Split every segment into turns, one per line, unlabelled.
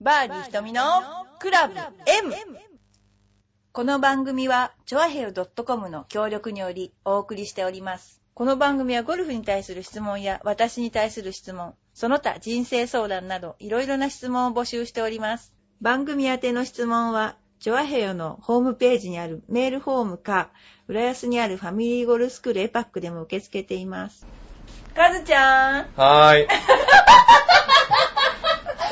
バーディー瞳のクラブ M! この番組は、チョアヘル .com の協力によりお送りしております。この番組はゴルフに対する質問や私に対する質問、その他人生相談などいろいろな質問を募集しております。番組宛ての質問は、チョアヘヨのホームページにあるメールフォームか、浦安にあるファミリーゴルフスクールエパックでも受け付けています。かずちゃん
は ーい。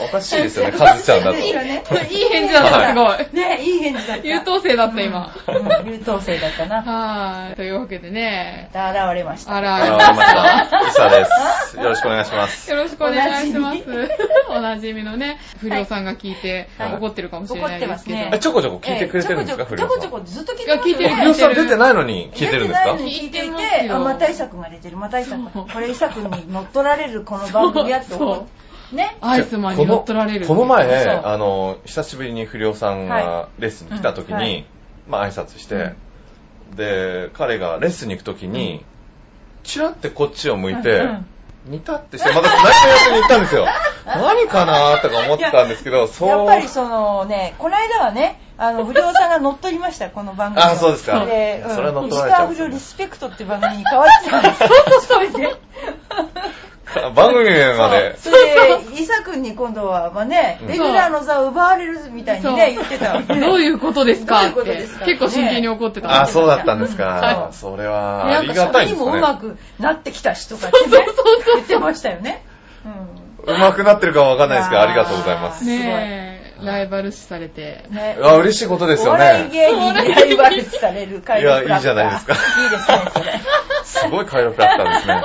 おかしいですよね、カズちゃんだと。
いいよね。
いい返事だった、す
ねいい返事だっ
ご
た。
い。優等生だった、今。
うん優等生だったな。
はーい。というわけでね、
また現れました。
あら
あ
あ
わ
ら。
かりました。イサです。よろしくお願いします。
よろしくお願いします
お。
おなじみのね、不良さんが聞いて、
はい
怒ってるかもしれないですけど。
怒ってま
えちょこちょこ聞いてくれてるんですか、
ええ
古
ちょこちょこ
川さん。
ちょこずっと聞いて
いや聞いてる
古川
聞いて
さん
る。
出てないのに聞いてるんです
な
か
いのに聞いてい
聞いてます
て、
よ
あ、またイサ君が出てる、またイサ君。これイサ君に乗っ取られるこの番組やって思。
そう
ね。
アイスマンに乗っ取られる。
このこの前、
そう
あの、久しぶりに不良さんが
は
レッスンに来た時に、
うんはい
まあ挨拶して、で、彼がレッスンに行く時に、チラってこっちを向いて、
うん
似たってして、また泣いた様子に行ったん ですよ。何かなーとか思ったんですけど、そう。
やっぱりそのね、この間はね、あの、不良さんが乗っ取りました、この番組を。
あそうですか
で、
それは乗っ取ら
石
れちゃ
川
うんで
不
すね
良リスペクトっていう番組に変わってたんです。そうそうそう。
番組名まで。
それで、イサ君に今度は、まあね、レギュラーの座を奪われるみたいにね、言ってたわけ
どういうことですかっ
どういうことで
て
すか。
結構真剣に怒ってた。
あ、そうだったんですか。
うん
それは、
な
あ
ん
り
か
がた
喋
いで
り
す
も
ね。
う
う
まくなってきたしとか ってね、言ってましたよね。うん。
まくなってるかはわかんないですけど、
いや
あ
ー
りがとうございます。
ねえ、ライバル視されて。
ね
あ、嬉しいことです
お
よ
笑い
ね。
芸人にライバル視される会
いやいいじゃないですか
いいですね、それ。
すごい快楽だったんですね。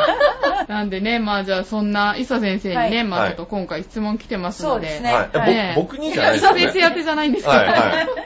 なんでね、まあじゃあそんな、伊佐先生に
は
ね、
い
まあちょっと今回質問来てますの
そうです
で。
ね
は
はい
いえ。ぼ僕にじゃないですよ
伊佐先生宛
ね。
てじゃないんですけど。
はい、はい。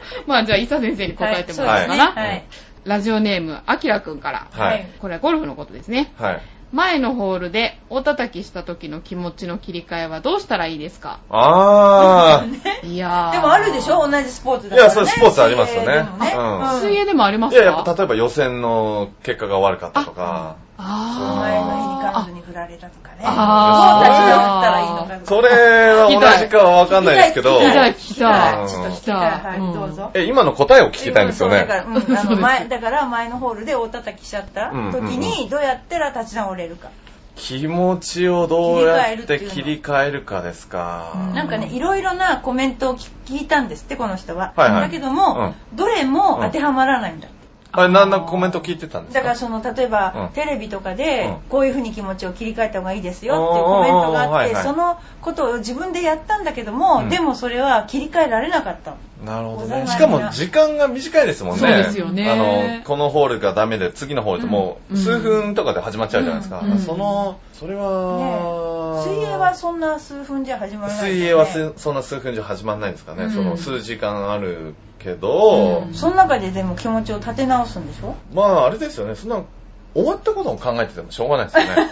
まあじゃあ、伊佐先生に 答えてもらおうかな。
はい。
ラジオネーム、あきらくんから。
は
はいい。
これはゴルフのことですね。
はい。
前のホールで、お叩きした時の気持ちの切り替えはどうしたらいいですか
あ
いやー。
でもあるでしょ同じスポーツ
ー。い
だから、ね。
や、そう、スポーツありますよね。
水泳でも
う
水泳でもありま
ん。い
すか
や、やっぱ、例えば予選の結果が悪かったとか、
お前の日に彼
あ
女に振られたとかね。
あ
そう
ー
立ち直ったらいいのかとか。
それは同じかはわかんないですけど
聞、きたい
聞きたい。
聞きたい
ちょっと聞きたい。
聞きた
はいい、どうぞ。
え、今の答えを聞きたいんですよ
そうだか
ね。
ら、うん、あ
そ
の
うです
前、だから前のホールで大叩きしちゃった
うんうんうん
時に、どうやったら立ち直れるか。
気持ちをどうやって切り替えるかですか。
なんかね、いろいろなコメントを聞聞いたんですって、この人は。
はいはい
だけども、どれも当てはまらないんだって。
あれ、なんなコメント聞いてたんです
だ
か
からその例えば、
うん
テレビとか
う
で
ん
こういうふうに気持ちを切り替えた方がいいですよっていうコメントがあっ
おーおーおーはい
て
はい
そのことを自分でやったんだけども、
うん
でもそれは切り替えられなかったの
なるほど
お互い
ね。
が
しかも時間が短いですもんね。
そうですよね
あの、このホールがダメで、次のホールってもう
うん
数分とかで始まっちゃうじゃないですか。
うんうん
その、それは、
水泳はそんな数分じゃ始まらない、
水泳はすそんな数分じゃ始まんないんですかね。
うん
その数時間あるけど、
うん
その中ででも気持ちを立て直すんでしょ
まああれですよね、そんな、終わったことを考えててもしょうがないですよね。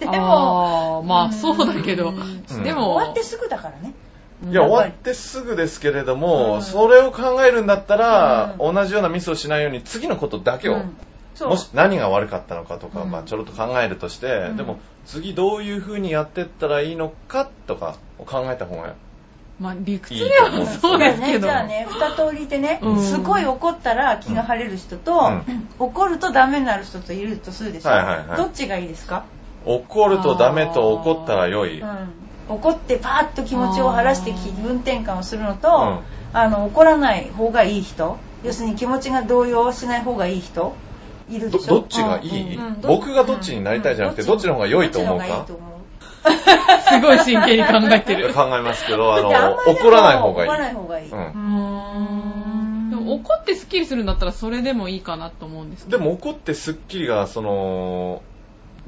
でも
あーまあそうだけど、
ん
でも、
終わってすぐだからね
いや、
うん
終わってすぐですけれど
う
も、
ん
それを考えるんだったら、
う
同じようなミスをしないように次のことだけを、
うんそう
もし何が悪かったのかとか、
うん
まあ、ちょろっと考えるとして、
うん
でも次どういう風にやってったらいいのかとかを考えた方が
まあ理屈ではそうですけど。
じゃあね二通りいてね、
うん
すごい怒ったら気が晴れる人と、
うん
怒るとダメになる人といるとするでしょ、
はいはいはい
どっちがいいですか、
怒るとダメと怒ったら良い、
うん、怒ってパーッと気持ちを晴らして気分転換をするのと、
うん
あの怒らない方がいい人要するに気持ちが動揺しない方がいい人いる
ど
でしょ
どっちがいい、
うんうん
僕がどっちになりたいじゃなくて、
うん
どっちの方が良いと思う
どっちの方がい
か
いと思う
すごい真剣に考えてる。
考えます けどあ
だ
の
ってあんまり
怒らない方がいい
怒らない方がいい、
うん
うーんでも怒ってスッキリするんだったらそれでもいいかなと思うんですけ
で
ど。
も怒ってスッキリがその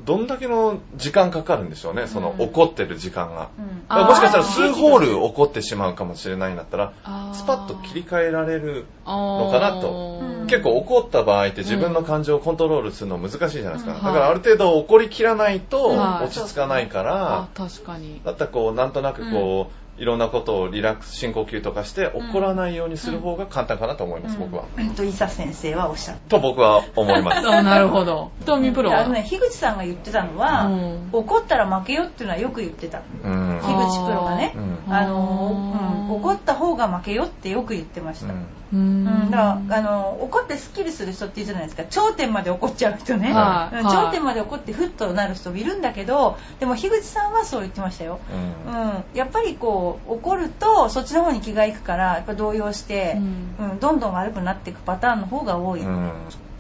どんだけの時間かかるんでしょうねその
うん
怒ってる時間が、
うん
あー
もしかしたら数ホール怒ってしまうかもしれないんだったら
あー
スパッと切り替えられる
の
かなと
うん
結構怒った場合って自分の感情をコントロールするの難しいじゃないですか、
うん
だからある程度怒りきらないと
はい
落ち着かないから、
あ、確かに。
だったらこうなんとなくこう、いろんなことをリラックス深呼吸とかして
ん
怒らないようにする方が簡単かなと思います、僕は。
うんと伊佐先生はおっしゃる
と僕は思います。
あなるほど。瞳プロ
あ
は
の。ね樋口さんが言ってたのは、
うん
怒ったら負けよっていうのはよく言ってた
うん
樋口プロがね
うん
あの、
うん
怒った方が負けよってよく言ってました、うん
う
う
だからあの怒ってスッキリする人っているじゃないですか頂点まで怒っちゃう人ね、
はい
うん
はい
頂点まで怒ってフッとなる人もいるんだけどでも樋口さんはそう言ってましたよ、
ん
うん、やっぱりこう怒るとそっちの方に気がいくからやっぱ動揺して、うんどんどん悪くなっていくパターンの方が多い、
うん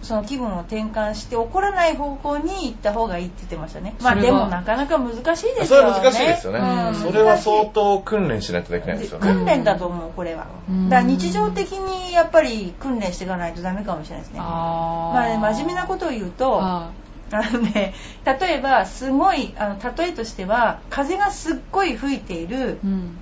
その気分を転換して怒らない方向に行った方がいいって言ってましたね
そ
ま
れ
あ
は
でもなかなか難しいですよね
それは難しいですよね、
うん
それは相
そう
当訓練しないとできないですよね、
訓練だと思うこれは、
うん
だから日常的にやっぱり訓練していかないとダメかもしれないですね
あ
まあね、
ー
真面目なことを言うとあ
あ
の、ね、例えばすごいあの例えとしては風がすっごい吹いている
ーうん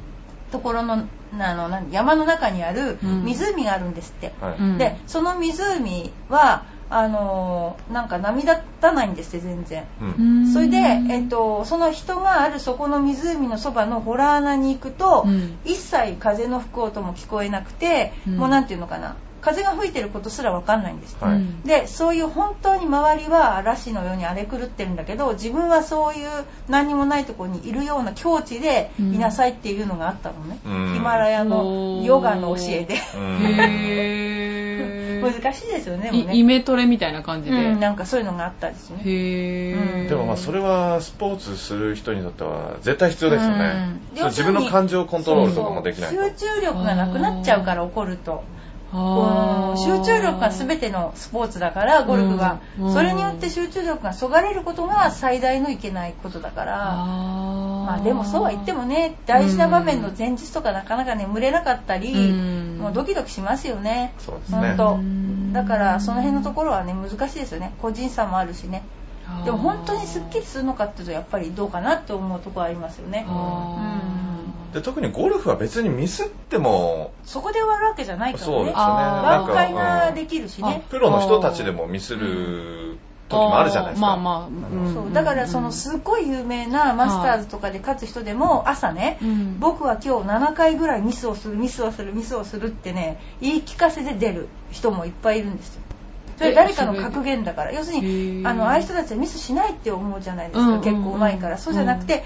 ところのあのなん山の中にある
うん
湖があるんですって、
はい
うん
でその湖はあのーなんか波立たないんですって全然。
うん
それで、えっと、その人があるそこの湖のそばのホラー穴に行くと、
うん
一切風の吹く音も聞こえなくて、
うん
もうなんていうのかな風が吹いてることすらわかんないんです、
はい
うん
でそういう本当に周りは嵐のように荒れ狂ってるんだけど自分はそういう何にもないところにいるような境地で
うん
いなさいっていうのがあったのね、
うん
ヒマラヤのヨガの教えで
うん
へ
難しいですよねもう
いイ
ね、
メトレみたいな感じで、
うん、なんかそういうのがあったですね
へ
う
え
ん
でもまあそれはスポーツする人にとっては絶対必要ですよね、
うん
そう自分の感情をコントロールとかもできないと
そう集中力がなくなっちゃうから怒ると
あ
うん
ー
集中力が全てのスポーツだからゴルフは、
うん
それによって集中力がそがれることが最大のいけないことだから
あー
まあでもそうは言ってもね大事な場面の前日とかなかなか眠れなかったり、
うん
もうドキドキしますよね
そうですね
本当、
うん
だからその辺のところはね難しいですよね個人差もあるしね
あー
でも本当にすっきりするのかっていうとやっぱりどうかなって思うところありますよね
あー
で特にゴルフは別にミスっても
そこで終わるわけじゃないから
そうですよね
ね
な
あー
ん
挽
か
回が
う
で
ん
きるしね、
プロの人たちでもミスる時もあるじゃないですか
あーまあまあ、うん
そうだからそのすっごい有名なマスターズとかで勝つ人でも朝ね、
うん
僕は今日7回ぐらいミスをするミスをするミスをするってね言い聞かせで出る人もいっぱいいるんですよそれ誰かの格言だから要する
へ
に
ー
あのああいう人たちはミスしないって思うじゃないですか、
うんうんうん
結構うまいからそうじゃなくて、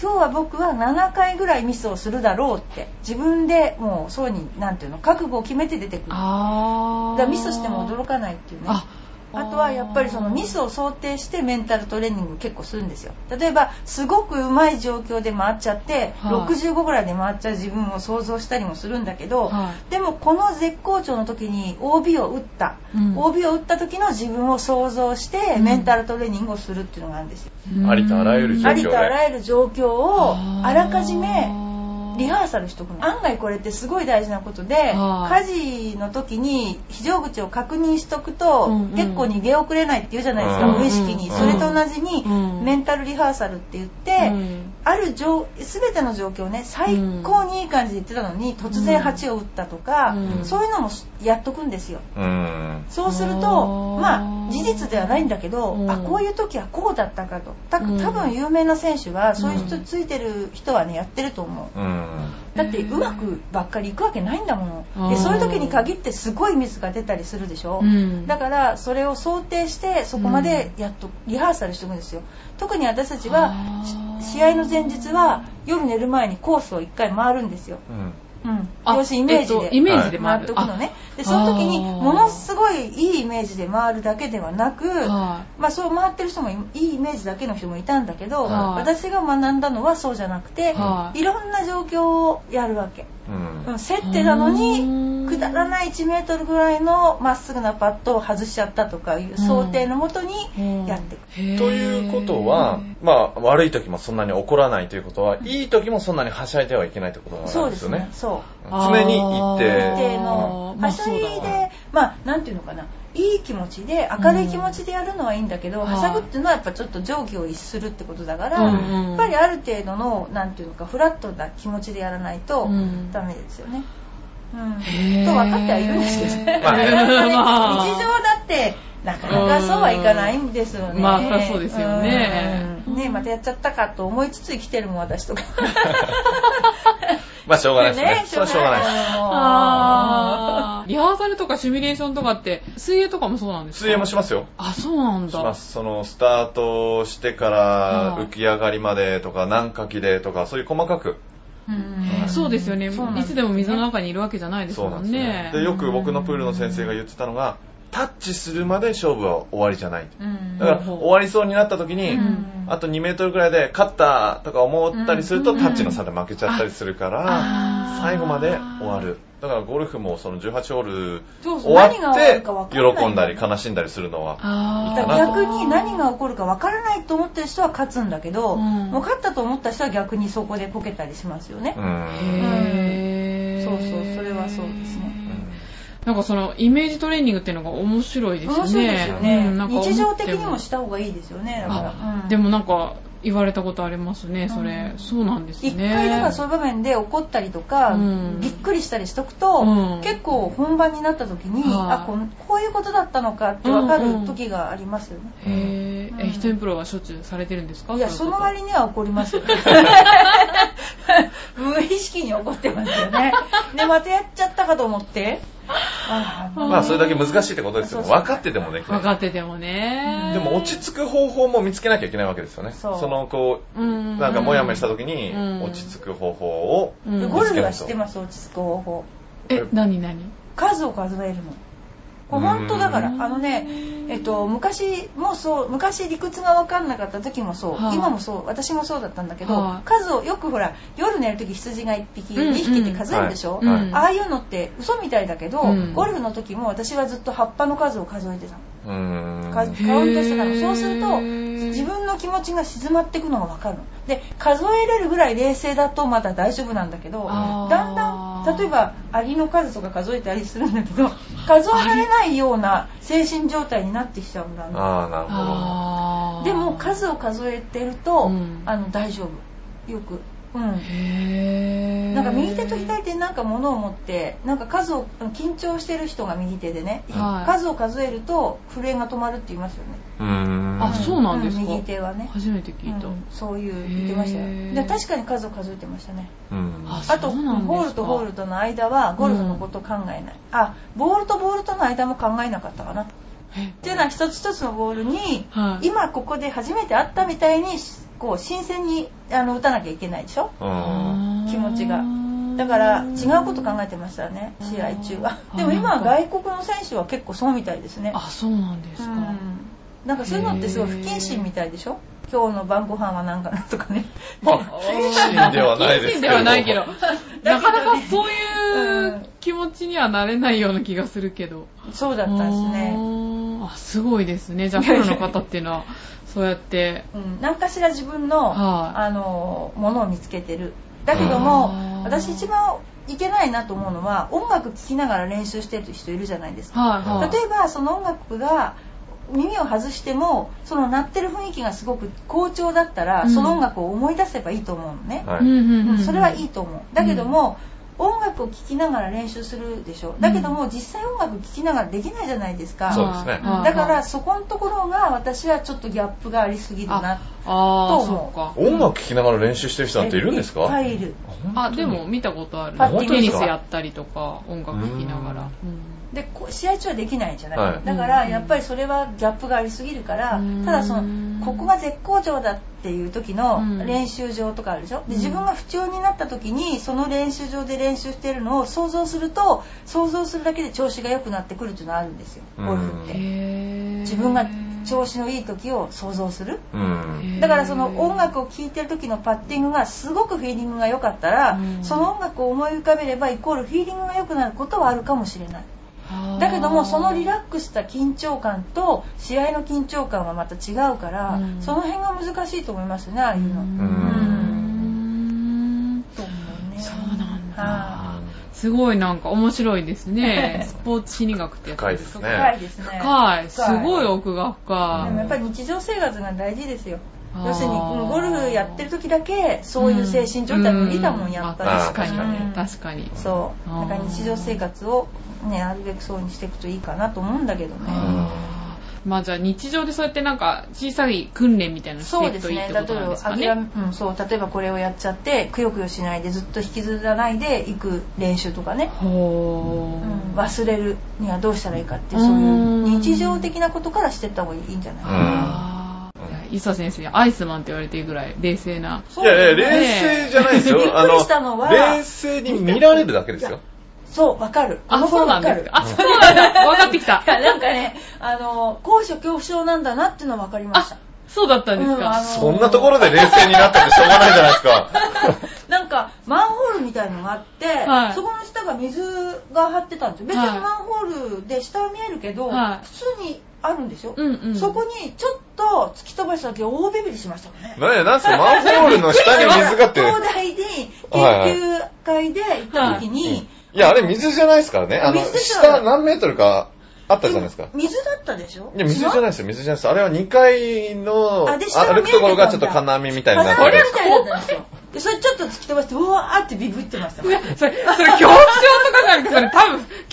今日は僕は7回ぐらいミスをするだろうって自分でもうそうになんていうの覚悟を決めて出てくるだか
あー
らミスしても驚かないっていうね
あ
あとはやっぱりそのミスを想定してメンタルトレーニング結構するんですよ例えばすごくうまい状況で回っちゃって、
はい
65ぐらいで回っちゃう自分を想像したりもするんだけど、
は
でもこの絶好調の時に OB を打った、
うん
OB を打った時の自分を想像して
うん
メンタルトレーニングをするっていうのがあるんですよ、
うん
ありとあらゆる状況で
ありとあらゆる状況を
ー
あらかじめリハーサルしとくの案外これってすごい大事なことで
はい
家事の時に非常口を確認しとくと、
うんうん
結構逃げ遅れないって言うじゃないですか、
うんうん
無意識に、
うん
それと同じに、
うん
メンタルリハーサルって言って、
うん
ある状全ての状況をね最高にいい感じで言ってたのに突然8を打ったとか、
うん
そういうのもやっとくんですよ
うん
そうすると
あー
まあ事実ではないんだけど、
うん
あこういう時はこうだったかとた
うん
多分有名な選手はそういう
う
人
ん
ついてる人はねやってると思う。
うん
だってうまくばっかりいくわけないんだも
うん
のでそういう時に限ってすごいミスが出たりするでしょ、
うん
だからそれを想定してそこまでやっとリハーサルしておくんですよ特に私たちは
あー
し試合の前日は夜寝る前にコースを1回回るんですよ、
うん
うん、
あ
要するにイメージ
えっ
で
とイメージで回
回っ
る
ておくのねでその時に
あー
ものすごいいいイメージで回るだけではなく
あはい
まあ、そう回ってる人もいいいイメージだけの人もいたんだけど、
はい
私が学んだのはそうじゃなくて、
はい
い、ろんな状況をやるわけ、
うん
うん、競ってたの
う
に
ーん
くだらない1メートルぐらいのまっすぐなパットを外しちゃったとかいう想定のもとにやっていく、
へー
ということは、まあ、悪い時もそんなに怒らないということは、いい時もそんなにはしゃいではいけないということ
そ
な
うんで
です
す
よ
ね
ね。
そう
常に一
一
定。
定のは
まあ
しゃい
そうだ
でまあなんていうのかないい気持ちで明るい気持ちでやるのはいいんだけど、
うん
はしゃぐっていうのはやっぱちょっと定規を逸するってことだから、
うんうん
やっぱりある程度のなんていうのかフラットな気持ちでやらないと
うん
ダメですよね。うん
へー
と分かってはいるんですけどね。
ま あね
なかなかね
まあ
日常だってなかなかそうはいかないんですよね。
まあそりゃそうですよね
うんねまたやっちゃったかと思いつつ生きてるもん私とか。
まあ、しょうがないですね。それはしょうがないです。
あ
あーリハーサルとかシミュレーションとかって水泳とかもそうなんですか
水泳もしますよ。
あそうなん
し
だ
ます。その、スタートしてから浮き上がりまでとか、何かきでとか、そういう細かく。
ー。うん
はい
そうですよね。
そうなんで
い
すね
つでも水の中にいるわけじゃないです
そう
も
なん
ん
で
ね。
すよね。で、よく僕のプールの先生が言ってたのが、タッチするまで勝負は終わりじゃない。
うん
だから、
うん
終わりそうになった時に、
うん
あと2メートルぐらいで勝ったとか思ったりすると、
うん
タッチの差で負けちゃったりするから、
あー
最後まで終わ。る。だからゴルフもその18ホール
そうそう
終わ
何が起こるか
っ
分
て
からない
喜んだり悲しんだりするのは、
あ
だ
だ
か
からら
逆に何が起こるか分からないと思ってる人は勝つんだけど、
うん
もう勝ったと思った人は逆にそこでこけたりしますよね
う、
ん
ん。
へー
そうそうそれはそうですね
なんかそのイメージトレーニングっていうのが面白いですね。
面白いですよね、
うんなんか思って
日常的にもした方がいいですよねだから、う
あ
ん
でもなんか言われたことありますね、それ
う。ん
そうなんですね。
一回だからそういう場面で怒ったりとか、
うん
びっくりしたりしとくと、
うん
結構本番になった時に、
はい
あこんこういうことだったのかって分かる時がありますよね、
へー
うん
え、一人プロはしょっちゅうされてるんですか
いやその割
に。
には怒りますよね 無意識に怒ってますよねでまたやっちゃったかと思ってあ
まあ、それだけ難しいってことですよ。
そうそう
分かっててもでき
分
な
か
い。
っててもね。
でも、落ち着く方法も見つけなきゃいけないわけですよね。
そう
その、こう、
うん
なんかモヤモヤした時に
うん
落ち着く方法を、
う
ー
ん
ゴルフは知ってます落ち着く方法
え、何何
数を数えるのこれ本当だからあ
うん
のねえっと昔もそう昔理屈が分かんなかった時もそう、
はい
今もそう私もそうだったんだけど、
はい
数をよくほら夜寝る時羊が1匹
うんう
2
ん
匹って数えるでしょ、
はい
うん
ああいうのって嘘みたいだけど、
うん
ゴルフの時も私はずっと葉っぱの数を数えてたの
うーん。
カカウントしてたのそうすると
へー
自分の気持ちが静まっていくのが分かるので数えれるぐらい冷静だとまだ大丈夫なんだけど
あー
だんだん例えばアリの数とか数えたりするんだけど数えられないような精神状態になってきちゃうんだな
ああ、なるほど。
あー
でも数を数えてると、
うん
あの大丈夫よくうん
へー
なんか右手と左手になんか物を持ってなんか数を緊張してる人が右手でね、
はい
数を数えると震えが止まるって言いますよね
うーん。
あそうなんですか
右手はね、
初めて聞いた、
うんそういう言ってました
へ
よ
ー
で確かに数を数えてましたね
うん。
あ
あと
そうなんですか
ホールとホールとの間はゴルフのことを考えない、あボールとボールとの間も考えなかったかなっ
え
ていうのは一つ一つのボールに、
はい
今ここで初めて会ったみたいにこう新鮮にあの打たなきゃいけないでしょ
うん。
気持ちがだから違うこと考えてましたね試合中は
あー
でも今は
あー
外国の選手は結構そうみたいですね
あそうなんですか、
うんなんかそういうのってすごい不謹慎みたいでしょ今日の晩ご飯は何かなとかね
まあ、不謹慎ではないですけど。
謹慎で はないけどなかなかそうい
うん
う気持ちにはなれないような気がするけど
そうだったんです
う
ね、
ーんあすごいですねじゃあプロの方っていう のはそうやって
うん、何かしら自分の,、
はい
あのものを見つけてるだけども
あー
私一番いけないなと思うのは音楽聴きながら練習してる人いるじゃないですか
はいはい
例えばその音楽が耳を外してもその鳴ってる雰囲気がすごく好調だったら、
うん
その音楽を思い出せばいいと思うのね、
は
うん
い。
うんうん
それはいいと思うだけども、音楽を聴きながら練習するでしょだけども、実際音楽聴きながらできないじゃないですか
そうですね
うんだからそこのところが私はちょっとギャップがありすぎるな
あ
と
あ
思
そうっか
音楽聴きながら練習してる人なんているんですか
いっぱいいる
あでも見たことある
パッ
て
テ
見
ニス
た
やったりとか音楽聴きながら
でこう試合中はできないじゃない、
はい
だから
うん
やっぱりそれはギャップがありすぎるから、
うん
ただそのここが絶好調だっていう時
う
の
ん
練習場とかあるでしょ
うん
で自分が不調になった時にその練習場で練習してるのを想像すると想像するだけで調子が良くなってくるっていうのはあるんですよゴルフっ
うん
て
へえ
自分が調子のいい時を想像する
うん。
だからその音楽を聴いてる時のパッティングがすごくフィーリングが良かったら、
うん
その音楽を思い浮かべればイコールフィーリングが良くなることはあるかもしれないだけどもそのリラックスした緊張感と試合の緊張感はまた違うから、
うん
その辺が難しいと思いますねああいううんの。
うん
と思うね
そうなんだ
は
すごいなんか面白いで すねスポーツ心理学ってや
い
つ
ね
深いですね
深いす
深い
ごい奥が
で
深
もやっぱり日常生活が大事ですよ
い
要するにもうゴルフやってる時だけそういう精神状態無理だもんやっぱり、
まあ
うん
確かに
うん
ね確かに
そう
あ
だ
ー
から日常生活をねなるべくそうにしていくといいかなと思うんだけどね
あーまあじゃあ日常でそうやってなんか小さい訓練みたいなのして
そ
いう
で
く
す
といい
ね
って
例え
ことなん
ば
ですか
諦
ね
め、うん、そう例えばこれをやっちゃってくよくよしないでずっと引きずらないでいく練習とかね、
ほ
うん、
ー
忘れるにはどうしたらいいかってそういう日常的なことからしていった方がいいんじゃないかな
うん
あー
うん
いやい伊佐先生にアイスマンって言われてるぐらい冷静な。
いやいや、冷静じゃないですよ。
びっくりしたのは
あの冷静に見られるだけですよ。
そう、わかる。
あ、そうなんですか。
か
あ、そうなんだ。わかってきた
い。や、 なんかね、あの、高所恐怖症なんだなっていうのはわかりました
あ。、そうだったんです
うんあ
か
の。
そんなところで冷静になっててしょうがないじゃないですか。
なんか、マンホールみたいのがあって、
はい
そこの下が水が張ってたんですよ。別に
はい
マンホールで下は見えるけど、
はい
普通にあるんですよ。
うんうん。
そこにちょっと突き飛ばしただけ大ビビりしましたもんね。
なんや、なんすか、マンホールの下に水がって。
東大で研究会で行った時に、
いや、あれ水じゃないですからね。あの、
水じゃない
下何メートルかあったじゃないですか。
水だったでしょ
いや、水じゃない
い。
ですよ、水じゃないです。あれは2階の、
あで下が見え
歩
て
く
たんだ
ところがちょっと金網みたいになって
花火
る
み。たいだったんですよ。で、それちょっと突き飛ばして、うわーってビビってましたもん。
それ、それ、恐怖症とかじゃなくて、それ多分、恐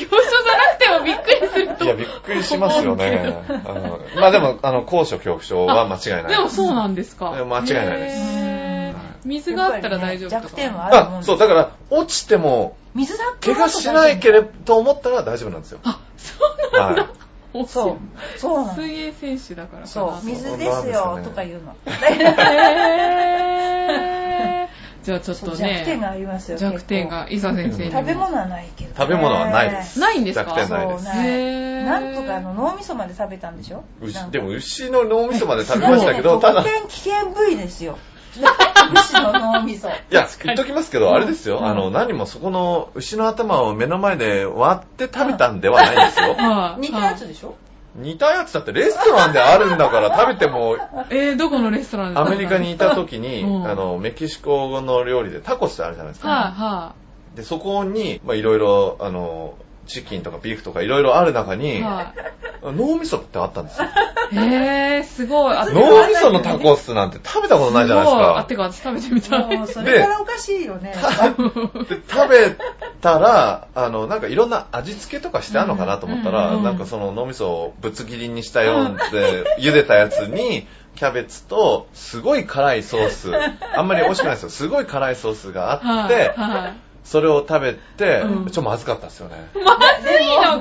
怖症じゃなくてもびっくりすると。
いや、びっくりしますよね。うんまあでも、あの、高所恐怖症は間違いない。
でもそうなんですか。
でも間違いないです
へー
は
水があったら大丈夫
やっぱりね弱点はあるもん
あ
で、す
そう、だから、落ちても、
水だった
怪
ら
我しないければと思ったら大丈夫なんですよ。
あ、そうなんだ。
は
お
そう。そうなの
水泳選手だからかな
そう、水で
そうなん
す
ですよ
よ
ね
とか言うの。
へーじゃあちょっと
そう
ね。
弱点がありますよ。
弱点が、伊佐先生に
結構。
も。
食べ物はないけどね。
食べ物はないです。
ないんですか
弱点ないです。
そう
へー
なんとかあの脳みそまで食べたんでしょな
牛
んか
でも牛の脳みそまで食べましたけど、ただ、
特
い
権危険部位ですよ。牛の脳みそ。
や、言っときますけど、あれです
うん
よ、あの、何もそこの牛の頭を目の前で割って食べたんではないですよ。
はい
似たやつでしょ
似たやつだってレストランであるんだから食べても、
はいえー、どこのレストランです
ア
か
メリカにいた時に、
うん
あの、メキシコの料理でタコスってあるじゃないですか。
はい、は
で、そこに、まあいろいろ、あの、チキンとかビーフとかいろいろある中
い、
に、
は
脳みそってあったんですよ。
い。へー、すごい。あ
普通に
脳みそのタコスなんて食べたことないじゃないです
ごあ、
か
て。か私食べてみた
もう
い。
それからおかしいよね。
で食べたら、あの、なんかいろんな味付けとかしてあるのかなと思った
うんうん
ら、
うん
なんかその脳みそをぶつ切りにした よって、茹でたやつに、キャベツと、すごい辛いソース、あんまり美味しくないですよ。すごい辛いソースがあっ
はい、
て、
はい。
それを食べて、
うん
ちょっとまずかったですよね。
でも
の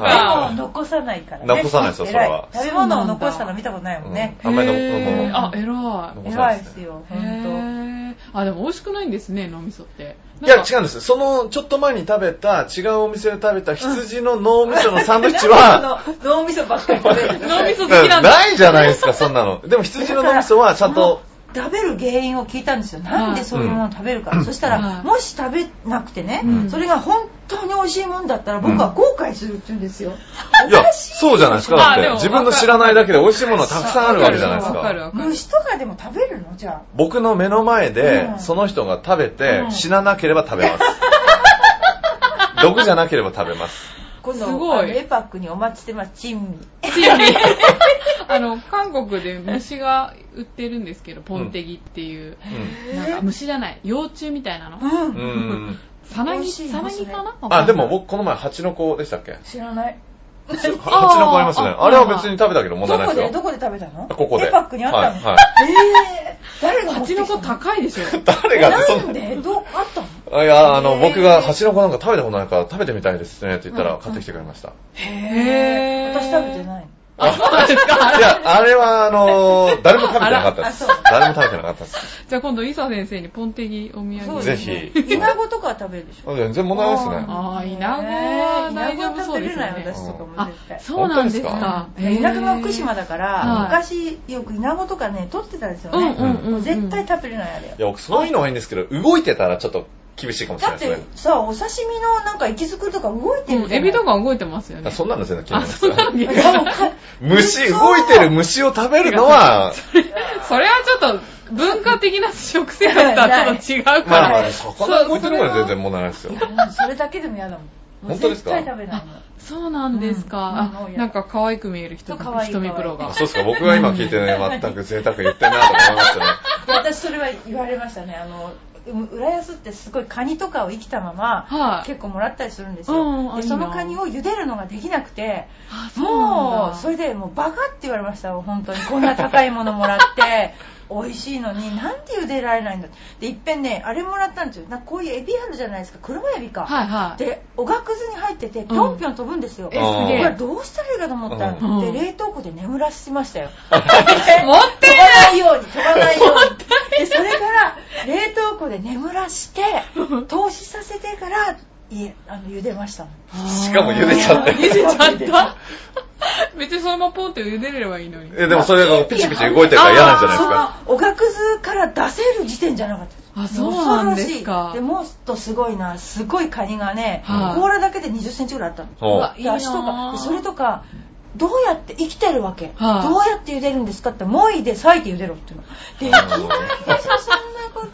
か
でも残さないからね。
残さないですよそれは
偉い食べ物を残したの見たことないもんね。
あんまり
へー
もう
あ、偉
も
い。
う
偉いですよ、
へ
本
ーあ、でも美味しくないんですね、脳みそって。
いや、
う。
違うんです。その、ちょっと前に食べた、違うお店で食べた羊の脳みそのサンドイッチは、
当。脳みそばっかり食べ る。
脳みそ好きなんだ。
ないじゃないですか、そんなの。でも羊の脳みそはちゃんと、
食べる原因を聞いたんですよ。なんでそういうものを食べるか。そした
は
ら、
い
もし食べなくてね、
うん
それが本当に美味しいもんだったら僕は後悔するって言うんですよ。
いや、そうじゃないですか。だっ
あで
て、
も
自分の知らないだけで美味しいものはたくさんあるわけじゃないです
わかる
か。
わかる。
虫とかでも食べるのじゃ
僕の目の前
う
で、
ん
その人が食べて
う、ん
死ななければ食 べます。毒じゃなければ食べます。
あ。今
すご
度、
い
あのエパックにお待ちしてます、珍味。
ついに あの、韓国で虫が売ってるんですけど、ポンテギっていう。なんか虫じゃない、幼虫みたいなの。
う。
うんん。うん
サナ
美
ギ、
味しい
サナギかな
あ、でも、僕、この前、蜂の子でしたっけ
知らない。
は蜂の子ありますね。
あ
あれは別に食べたけど問
ど
題ない
こ
で
です
よ。
どこで食べたの
ここで。
エパックにあったの、
はい。はい
えー、誰が持って
蜂
きた
の子高いでしょ。
誰がそ
なんでどうあったの
あいや、あの、
へー
僕が蜂の子なんか食べたことないから食べてみたいですねって言ったら買ってきてくれました。
へ
へー
私食べてないの。
あ、そうなんですか。
いや、あれは、あの ー誰も食べてなかったで
あ
す
らあそう。
誰も食べてなかったです。
じゃあ今度、伊佐先生にポンテギお土
そう
産
で
ぜ
す
ひ。
ねイナ
あ
ゴとかは食べるでしょ
全然問題ないですね。
あーイナゴは大丈夫そうで
イナゴは食べれ
すね
ない私とかも
あ
絶対。
そうなんですか
本。
いや田舎が福島
だ。
だから、
はい
昔よくイナゴとかね取ってたんですよ
うん
ね、
うんうんう
もう
ん。
絶対食べれないあれよ
いや、僕そういうのはいいんですけど、動いてたらちょっと厳しいかもしれ
だ
な
っ
いで
て
すね。
さお刺身のなんか息づくりとか動いてるじゃない、
うんエビとか動いてますよね
あ。そんなの全然気にな
あ、
いで
そ
す
うなのに。
いやもうか
虫、動いてる虫を食べるのは、
それはちょっと、文化的な食生活とはちょっと違うか
まあま
ら。
あ、魚動いてるのは全然問題ないですよ。
うんそれだけでも嫌だもんもう
本当ですか
絶対食べないもん
そうなんですか。
うん
あなんか可愛く見える
そ
人、
う可愛い
瞳プロ
あ
が。
そうですか、僕が今聞いてね、全く贅沢言ってんなと思いま したね。
私それは言われましたねあのう浦安ってすごいカニとかを生きたまま
はい。
結構もらったりするんです
うんうん
よ
あ
で
いい
そ
な
のカニを茹でるのができなくて
あ
もうそ
そうなんだ
れでもうバカって言われましたよ本当にこんな高いものもらって 美味しいのになんで茹でられないんだってでいっぺんねあれもらったんですよなんかこういうエビあるじゃないですか車エビか、
はいはい。
でおがくずに入っててぴょんぴょん飛ぶんですよ、
え、
こ
すげ
れ
え。
どうしたらいいかと思ったら、
う
で
ん
冷凍庫で眠らしましたよ
持ってる
ないように、飛ばないように。で、それから、冷凍庫で眠らして、投資させてから、いえ、あの、茹でましたもん。
しかも茹で ちゃって
茹でちゃった別にそのままポンって茹でれればいいのに。
えでもそれがピチピチ動いてるから嫌なんじゃないですか。
おがくずから出せる時点じゃなかった。
あそうなんです
恐ろし
か
いでもっとすごいな、すごいカニがね、
はい
甲羅だけで20センチぐらいあったの。
ほ
あ
う
いいなぁ
足とか、それとか、どうやって生きてるわけ、
はい
どうやって茹でるんですかって、もいで裂いて茹でろっていうの。できないでしょ、そんなこ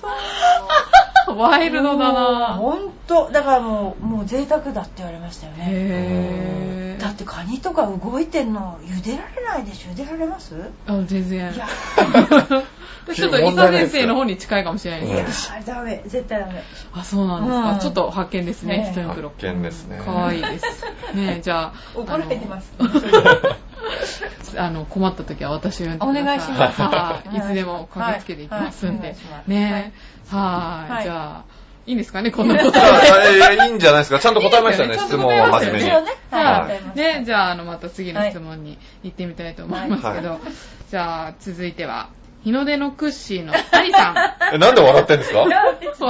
と。
ワイルドだなぁ。
ほんと、だからもう、もう贅沢だって言われましたよね。
へ
だってカニとか動いてんの、茹でられないでしょ、茹でられます
あ、全然
い。や、
ちょっと伊佐先生の方に近いかもしれないで
い
す
や
ね。、
ダメ、絶対ダメ。
あ、そうなんです
う
か
ん。
ちょっと発見です
ね
ね、一目
発
六。
見ですね。
かわいい です。ねじゃあ、
怒られてます。
あの、あの困った時は私を呼んでください。
お願いします
はい。いつでも駆けつけていきますん
はいはいお願
で
いしま。す
ねはい。
はい
じゃあ、いいんですかね、こんなこと
ああいやいいんじゃないですか。ちゃんと答えましたよね、
いいです
質
よね
問を
ちゃ
真
んと答
面
えま
目
し
に。
た
よね
じゃあ
はい、
ね、じゃあ、あの、また次の質問に行ってみたいと思いますけど、
は
じゃあ、続いては、日の出のクッシーのサリさん。
え、なんで笑ってんですか
わ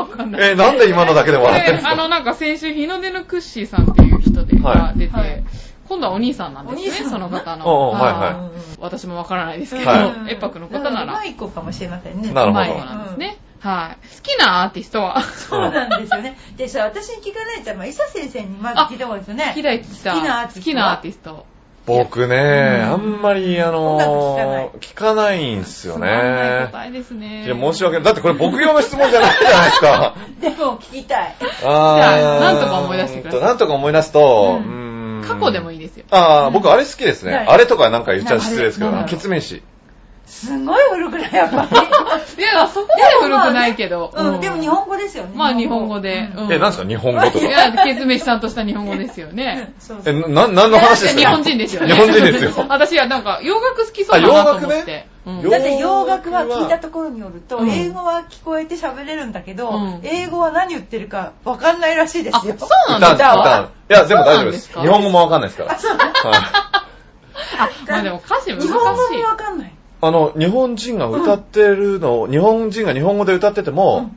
かんない。
え、なんで今のだけで笑ってんです
で
か
あの、なんか先週、日の出のクッシーさんっていう人で、
はい
が出て、
はい
今度はお兄さんなんで
お
す
兄さ
ね、
ん
その方の。
おうおうはい
あー
はい
私もわからないですけど、
は
エッパクの方なら
う、ま子かもしれませんね。
なるほど
迷子なんですね。はい。好きなアーティストは、
そうなんですよね。で、それ私に聞かないと、まあ、伊佐先生にまず聞いた方がいいですよね。
好きだ
好きなアーティスト
好きなアーティスト。
僕ね、あんまり、あの
音楽
ー、聞かないんですよ
つまんない
ね。
答えです
い
ね。
や、申し訳ない。だってこれ僕用の質問じゃないじゃないです か。
でも聞きたい。
あー
なんとか思い出してくださ
うん
い
となんとか思い出すと、うーん
過去でもいいですよ。
ああ、僕あれ好きですね。
はい
あれとかなんか言っちゃ失礼ですけど、
なん
あの
だろう
ケツメイシ。
すごい古くない、やっぱり。
いや、そこまで古くないけど。
うん、でも日本語ですよね。
まあ日本語で。
うん
う
え、なんですか日本語と
い
か。
や、ケズメシさんとした日本語ですよね。
そうそ
え、
う。
な、な何の話ですか
日本人ですよね。。
日本人ですよ
私はなんか洋楽好きそうだなと思
あ
って。
洋楽ね
うん
洋
だって洋楽は聞いたところによると、
うん
英語は聞こえて喋れるんだけど、
うん
英語は何言ってるか分かんないらしいで
あ、
す
そう
よ。
な
歌、
んだ。
歌は
歌。いや、でも大丈夫です。
そうなんですか
日本語もわかんないですから。はい
あ、まあでも歌詞難し
日
い。
本語も分かんない。
あの、日本人が歌ってるのを、日本人が日本語で歌ってても、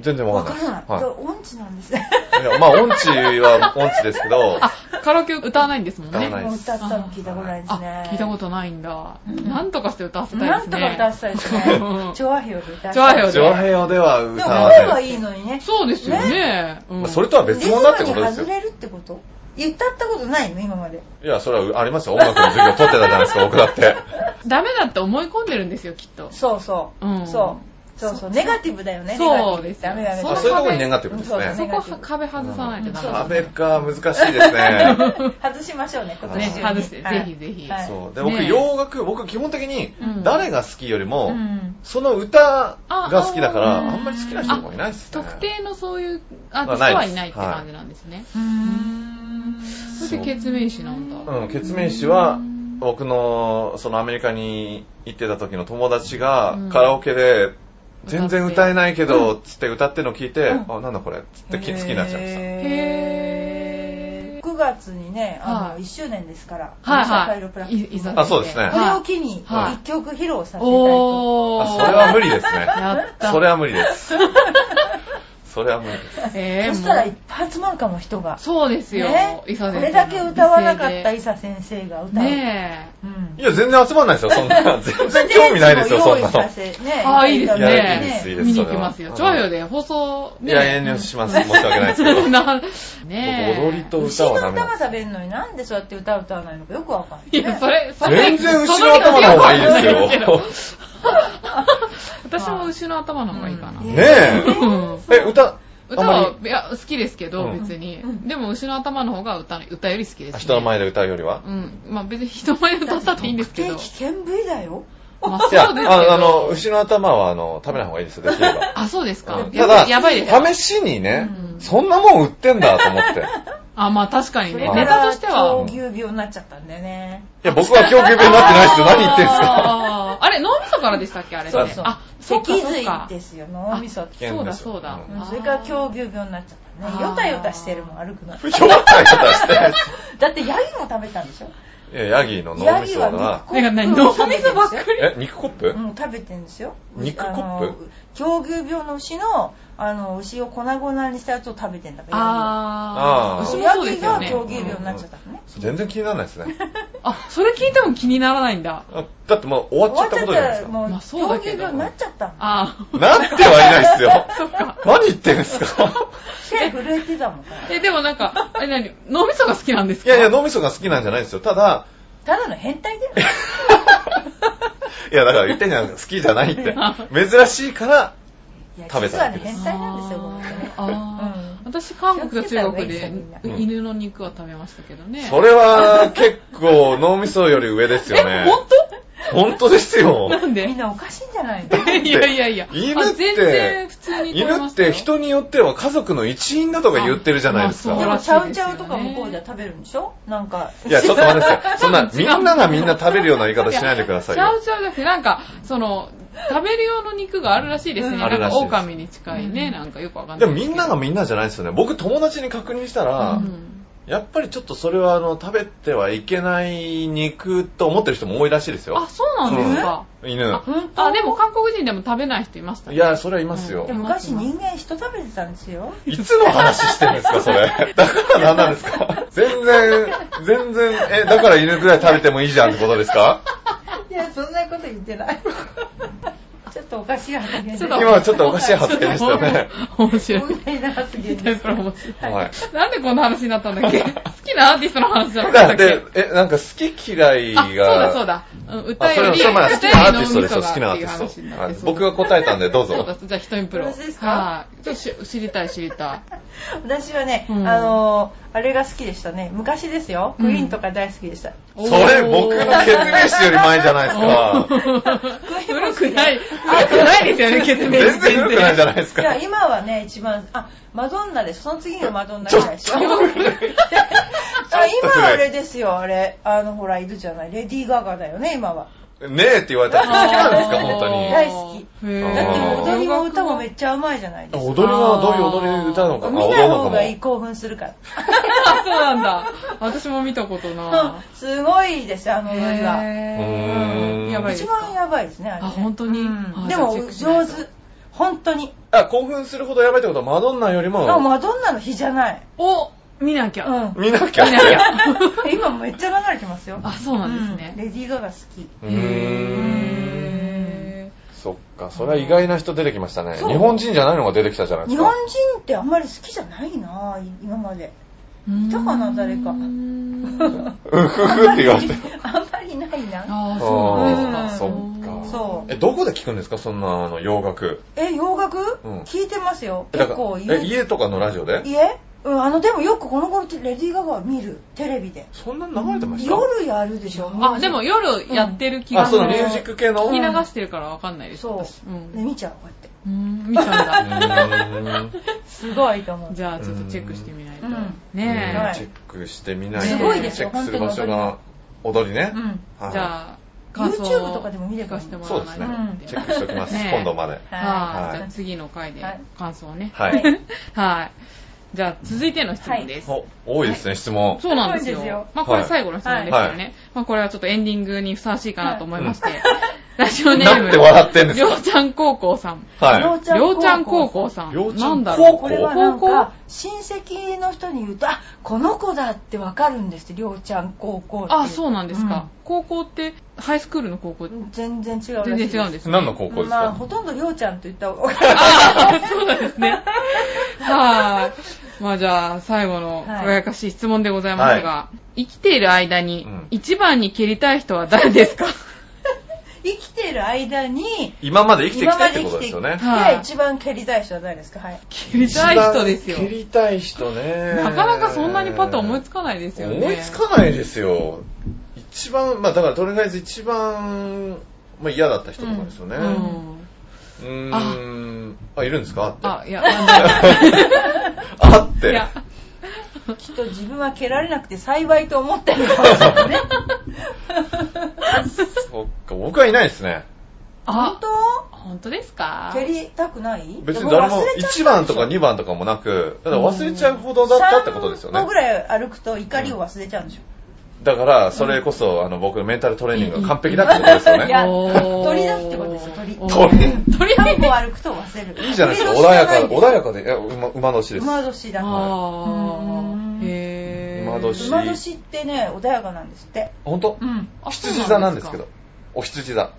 全然わ
分
かん
か
ない
らない。
で
だか
す。
ら
は
音痴なんです。
い。いやまあ、音痴は音痴ですけど、
あ、カラオケ歌わないんですもん
歌わない
ね。
で
もう
す
歌ったの聞いたことないですね
あ。、聞いたことないんだ。
うん
なんとかして歌わせたいで
な
す
ん
ね。
とか歌わせたい ですね
うん。
調和表で歌わせ
調和
たい。
表
上平では
で
歌
も
わ
声
な。
はいいいのにね。
そうですよね。うん
まあそれとは別物だってこと
リ
で
ズ
す
ム
よ
に外。れるってこと言ったったことないの今まで。
いや、それはありますよ。音楽の授業取ってたじゃないですか、僕だって。
ダメだって思い込んでるんですよ、きっと。
そうそう。
うん
そう。そうそう。ネガティブだよね。
そうですよ
ネガティブ
あ
ダ
そういうところに
メ
ネガティブです
そう
ね。
そこは壁外さないとダメ
ア
だ。
メか、難しいですね。
ダメ外しましょうね、今年中に
ね外して
はい
ぜひぜひ
はい
そう。で、僕、
ねえ
洋楽、僕、基本的に
う、ん
誰が好きより
う
も、
ん
その歌が好きだから、
ああー
あんまり好きな人もいないですね。
特定のそういうアーティストはいないって感じなんですね。
うーん
そしてケツメイシなんだ。
うん、ケツメイシは、僕の、そのアメリカに行ってた時の友達が
うん、
カラオケで、全然歌えないけど、つって歌ってんの聞いて、
うん
あ、なんだこれ、つってき好きになっちゃいました。
へ
へ
ー9月にね、あの、
はい
1周年ですから、
はい
カ
は
イロプラク
い。
テ
い
ィック
いざ
あそうですね
これを機に、
はい
一曲披露させていただいて。
おー。
あ、それは無理ですね。
やった。
それは無理 です。それは無理です。
え
そ
ー
したら
も
いうっぱい集まるかも人が。
そうですよ。
ね
伊佐先
こ
生の
れだけ歌わなかった伊
美声
佐先生が
で
歌う。
ねえ。
うん
いや、全然集まんないですよ、そんな。全然興味ないですよ、そんなの。
用意させね
ああ、いいです
いや
ね。
いいですいいです
見に行きますよ。
そ
ち
れは
ょいよで放送、
い
ね。
や、遠慮します。申し訳ないですけど。
なねえ。
踊りと
牛
歌
の
はダ
歌
メなんで
が
す。
食べるのになんでそうやって歌歌わないのかよくわかんない。
いや、それ、それ
全然牛の頭の方がいいですよ。
私も牛の頭の方がいいかな。
うん
ねえ。え、歌、
歌
あんま
は、いや、好きですけど、
うん
別に
う。ん
でも、牛の頭の方が歌、歌より好き
り
です、ね。
人の前で歌うよりは
うん。まあ別に人前で歌ったっていいんですけ
特
ど
定。危険部位だよ。
まあそう
い
で
や、
すけど。
ああの、牛の頭は、あの、食べない方がいいですよ、できれば。
あ、そうですか。
ただ、
やば いですよ。
試しにね
う、ん
そんなもん売ってんだと思って。い
あ、まあ確かに
そ
ね。
れ
あ
ネタとしては。
狂牛病になっちゃったんだよね。
や、僕は狂気病になってないですよ。何言ってんすか
ああれ、脳みそからでしたっけあれって。
そうそう
あ、そうか
脊
そう
髄
か。
ですよ脳みそって
あ
そうだそう
危険
だ
ですよ。
うん
あー
それから狂牛病になっちゃったね
あー
ヨタヨタしてるもん歩くの
不評な言い方して。
だってヤギも食べたんでしょ
いや、ヤギの脳
ヤ
み
ギ
そ
は
が、
肉
なんか何
コップを食べてるんですよ
脳みそばっかり
え、肉コップ
うん、食べてんですよ。
肉コップ
あの狂牛病の牛の、あの、牛を粉々にしたやつを食べてんだから。
あ
あー
ー。
ヤ
私
ギは
もそうですよ
ヤ
ね
ギが。狂牛病になっちゃったのね。
全然気にならないですね。
あ、それ聞いても気にならないんだ。
あだってもう終わっちゃったことじゃないで
終
すか。
わっ
まあ
ちゃ
そう
ったらもう、狂牛
だけど
病になっちゃったの。
あ
なってはいないですよ
ー。。 そっか。
何言ってんですか
手震えてたもん。
え、でもなんか、あれ何脳みそが好きなんです
い
か
やいや、脳みそが好きなんじゃないですよ。ただ、
ただの変態だよね。
いや、だから言ってんじゃないですか。好きじゃない って。珍しいから、
いや、
食べ
実は
ただ
ね、
けです
変態なんですよ、この人ね。
あー
う
私、韓国と中
気をつ
国
けた
で
方がいいですよみんな
うん
犬の肉は食べましたけどね。
それは結構脳みそより上ですよ
え、
ね。
本
本当ですよ
当。なんで
みんなおかしいんじゃないの
いやいやいや。
犬って
あ全然普通に食べ
犬
ま
っ
したよ
て人によっては家族の一員だとか言ってるじゃないです
あ
か。
で
まあ
も、チャウチャウとか
そうらしいですよね
向こうでは食べるんでしょなんか。
いや、ちょっと待ってくだ さい。そんな、
違
み
うん
ながみんな食べるような言い方しないでください
ちゃ
よ。
うちゃうじゃなくて、なんか、その、食べる用の肉があるらしいですね。
うん
あるら
なん
しい
か、
です
狼に近いね。なんかよくわかん
で
ない
も
すけ
み
ど。
んながみんなじゃないですよね。僕友達に確認したら、
うん
やっぱりちょっとそれはあの食べてはいけない肉と思ってる人も多いらしいです
あ、
よ。
そうなんですか。
犬。
本当
あ、でも韓国人でも食べない人いましたね。
いや、それはいますよ
で。も昔人間人食べてたんですよ。
いつの話してるんですか、それ。だから何なんですか全然、全然、え、だから犬ぐらい食べてもいいじゃんってことですか
いや、そんなこと言ってない。ちょっとおかしい発言
ちょっと
今はちょっとおかしい発言でしたよね。
面白い
問。題な発言
タ
で
イ
す
プ。の面白い。
はい。
なんでこんな話になったんだっ け好きなアーティストの話じゃなかった
だ
っけ
で、え、なんか好き嫌い
あ、そうだ
が、
そうだ。うん、歌よ
あ
り、
それはそれは好き
歌
なアーティ
より
ストですよ
脳みそがっていう
好きなアーティスト
話になって
はい僕が答えたんでどうぞ
そうだ、じゃあ一人プロ。
よろしいですか
はい。ちょっとし知りたい知りたい。
私はね、
うん
あのーあれが好きでしたね。昔ですよ。
うん
クイーンとか大好きでした。
それ僕の決
決
明史より前じゃないですか。
古くない、古くないですよね、決明
全然良くないじゃないです
いや、
か。
今はね、一番、あ、マドンナです。その次がマドンナぐらいでしょ。あ今は あれですよ、あれ。あの、ほら、いるじゃない。レディー・ガガだよね、今は。
ねえって言われたら好きなんですか、本当に。
大好き
き。へ
あ
だ
ー
ー
って踊りも歌もめっちゃうまいじゃないですか。
踊りはどういう踊りで歌うのかな
見
踊
ない
るの
方
か
がい、
ない
興奮するから。
あ、そうなんだ。私も見たこと
うん
な。
すごいですよ、あの踊りは。
うーん
やばいです
一
か
番やばいですね、あれね
あ本当に
うん
あ
で
じゃあ
も
チェッ、クしな
上
いと
手。本当に。
あ、興奮するほどやばいってことはマドンナよりも
あ、マドンナの日じゃない。
お、見なき
う
ゃ。
ん。
見なきゃっ
見なきゃ
て。
今めっちゃ流れてますよ。
あ、そうなんです
う
ね。
レディー・ガガ好き。
うーん。
へー
そっか、それは意外な人出てきましたね。
そう
日本人じゃないのが出てきたじゃないで
日
すか。
本人ってあんまり好きじゃないな今ま で。いたかな誰か
うーん
うん、ふふって言われて。
あんまりないな。
ああ、そうなんですか。
うんそっか
そう
え、どこで聞くんですかそんな、あの、洋楽。
え、洋楽
うん
聞いてますよ。
えだ
結
か
構
らえ、家とかのラジオで
家うん、あの、でもよくこの頃ってレディー・ガガ見る。テレビで。
そんなの流れてました
夜やるでしょ。
あ、でも夜やってる気が
あ、
す
そ
る。
の
ね
ミュージック系の
聞き流してるからわかんないです。
そう
私うん。
ね見ちゃう、こうやって。
うーん見たん
う
だ。
ーん
すごいと思う。
じゃあちょっとチェックしてみないと
うん。
う
ね
ん
は
チ
い
ェックしてみない
す
と。
ごいです
チェ
よ
ックする場所が踊りね
う。ん。
は
え。
い
じゃあ、
YouTube とかでも見れば
聞かせてもら
そう
わ
で
な
すね
いと
うん。
チェックしておきます
ね。え
今度まで。
は。
はいい
じゃあ次の回で
はい
感想をね。
は
はい
い。
はい。じゃあ続いての質問です。
お多いですね、質問。
そうなんです
すごいです
よ
よ。
まあこれ最後の質問です
はい
よね。まあこれはちょっとエンディングにふさわしいかなと思いまして。ラジオネーム。
なんで笑ってんです
り
か
ょうちゃん高校さん。
はい。
りょう
りょうちゃん高校さん。
りょうちゃん
なんだろう。
高校
これはなん
高校
か親戚の人に言うと「あこの子だ」ってわかるんですってりょうちゃん高校って
あ、そうなんですか。高校って、ハイスクールの高校
うん全然違うらしい
全然違うん
で
ですね。
何の高校です
まあ
か
ほとんどりょうちゃんと言った方が
あーそうなんですね。はい。まあじゃあ、最後の輝かしい質問でございますが、生きている間に
うん、
一番に蹴りたい人は誰ですか、
生きてる間に
今まで生きて
今
きた
ま
って
で
こ
生
と
きて
です
き
よね
て。
はい
一番蹴りたい人は誰ですかはい
蹴りたい人ですよ
一。番蹴りたい人ね。
なかなかそんなにパッと思いつかないですよね。
思いつかないですよ。一番、まあだからとりあえず一番、まあ嫌だった人とかですよね。
う。
うんーん。あ、いるんですかって。
あ、いや、なんだ
あっ
ろうい
て。
や、
きっと自分は蹴られなくて幸 いと思ってるかもしれないね
そっか、僕はいないですね。
本
あ、
当
本当ですか
蹴りたくない
別に誰も
忘れちゃった
1番とか2番とかもなく、ただ忘れちゃうほどだったってことですよ
3
ね
歩。ぐらい歩くと怒りを忘れちゃうんでしょ。
だから、それこそ、あの、僕のメンタルトレーニングが完璧だってことですよ
い
ね。
や
おー
鳥だってことですよ鳥
おー
鳥
鳥
3歩歩くと忘れる。
いいじゃないですか。穏やか、穏やかで、いや、馬馬年です。
馬年だから。
あーへー
馬年
馬年ってね、穏やかなんですって。
本当
ん。
あそう
羊座なんです
か
けど。お羊座。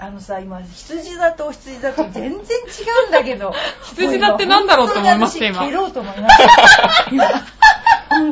あのさ、今、羊座とお羊座と全然違うんだけ ど。
羊座ってなんだろうと思いました今
本当に私蹴ろうと思いました。今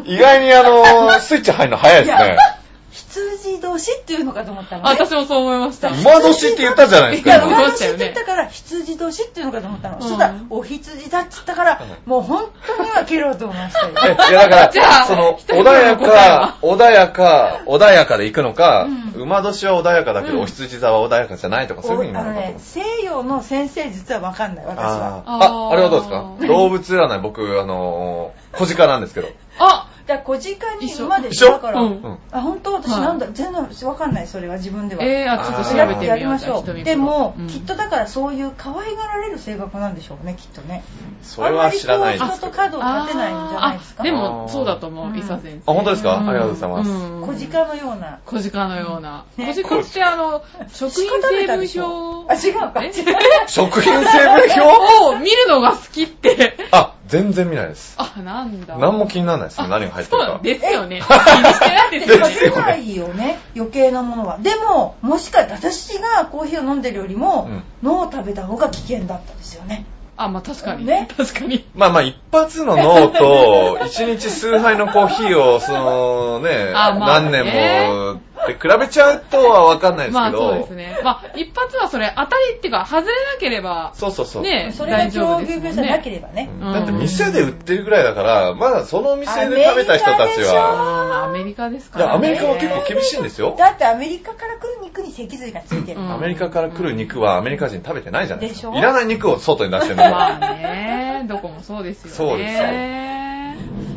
意外にあの、スイッチ入るの早いですね。
羊年っていうのかと思ったのね。
あ私もそう思いました。
馬年って言ったじゃないです
いや、
か、
馬
今。
年って言ったから、羊年っていうのかと思ったの。
うん
そしたら、お羊だって言ったから、もう本当には蹴ろうと思いましたよ。
えいやだか
じゃ
ら、
あ
その、
一
穏
人の
や
答えは
か、穏やか、穏やかで行くのか、
うん
馬年は穏やかだけど、
うん
お羊座は穏やかじゃないとか、そういう風にな
あ
る
の
のかと
ね
思、って。
西洋の先生術はわかんない、私
あ
は。
ーあ、
あー
あれはどうですか動物占い、僕、あのー、小鹿なんですけど。
あ
だから、小鹿に
一緒
馬でし
一
ょ
緒
だから、
うん
うん。
あ、本当私
はい
なんだ、全然わかんない、それは自分では。
えー、あ、ちょっと
や
調
って
べみよう。
てやりましょ
じゃあ
う。でも、
瞳
きっ
プロ
とだからそういう可愛がられる性格なんでしょうね、きっとね。
それは知らないです
あ
け
んまりこう
ど。
人と角
うん
を立てないんじゃないですか
あ。で
あ
も、
ー
そうだと思
う
う、
ん
伊佐先生。
あ、本当ですか、
うん
ありがとうございます。
小鹿のような。
小鹿のような。
ね
小鹿ってあの、食品成分表
あ、違うか。
え
違う
食品成分表
を見るのが好きって。
あ、全然見ないです。
あ、なんだ。
何も気にならないですね、何が入って
そ
る
う
か。
ですよね。気にしてないですよ
です
出
よ
ね。
ないよね余計なものはでももしかして私がコーヒーを飲んでるよりも、
うん
脳を食べた方が危険だったんですよね
あ、まあ確かに。
ね
確かに。
まあまあ、一発の脳 と、一日数杯のコーヒーを、そのね、
あまあ
何年も
ね、
で比べちゃうとは分かんないです
ま
け
あそう
ど
です、ね。まあ一発はそれ、当たりっていうか、外れなければ、
そうそうそう。
ね
それが
大丈
狂
夫です
牛
も
病
ん
じゃなけ
ね。
ればね
うんだって店で売ってるぐらいだから、まだそのお店で食べた人たちは、
あーアメリカですか
いや、
ら
ア
ね。
メリカは結構厳しいんですよ。
だってアメリカから来る肉に脊髄がついてる、
うん
アメリカから来る肉はアメリカ人食べてないじゃないですか。
でしょ
いらない肉を外に出してるの
ま
が。
あね、どこもそうですよね。
そうですよ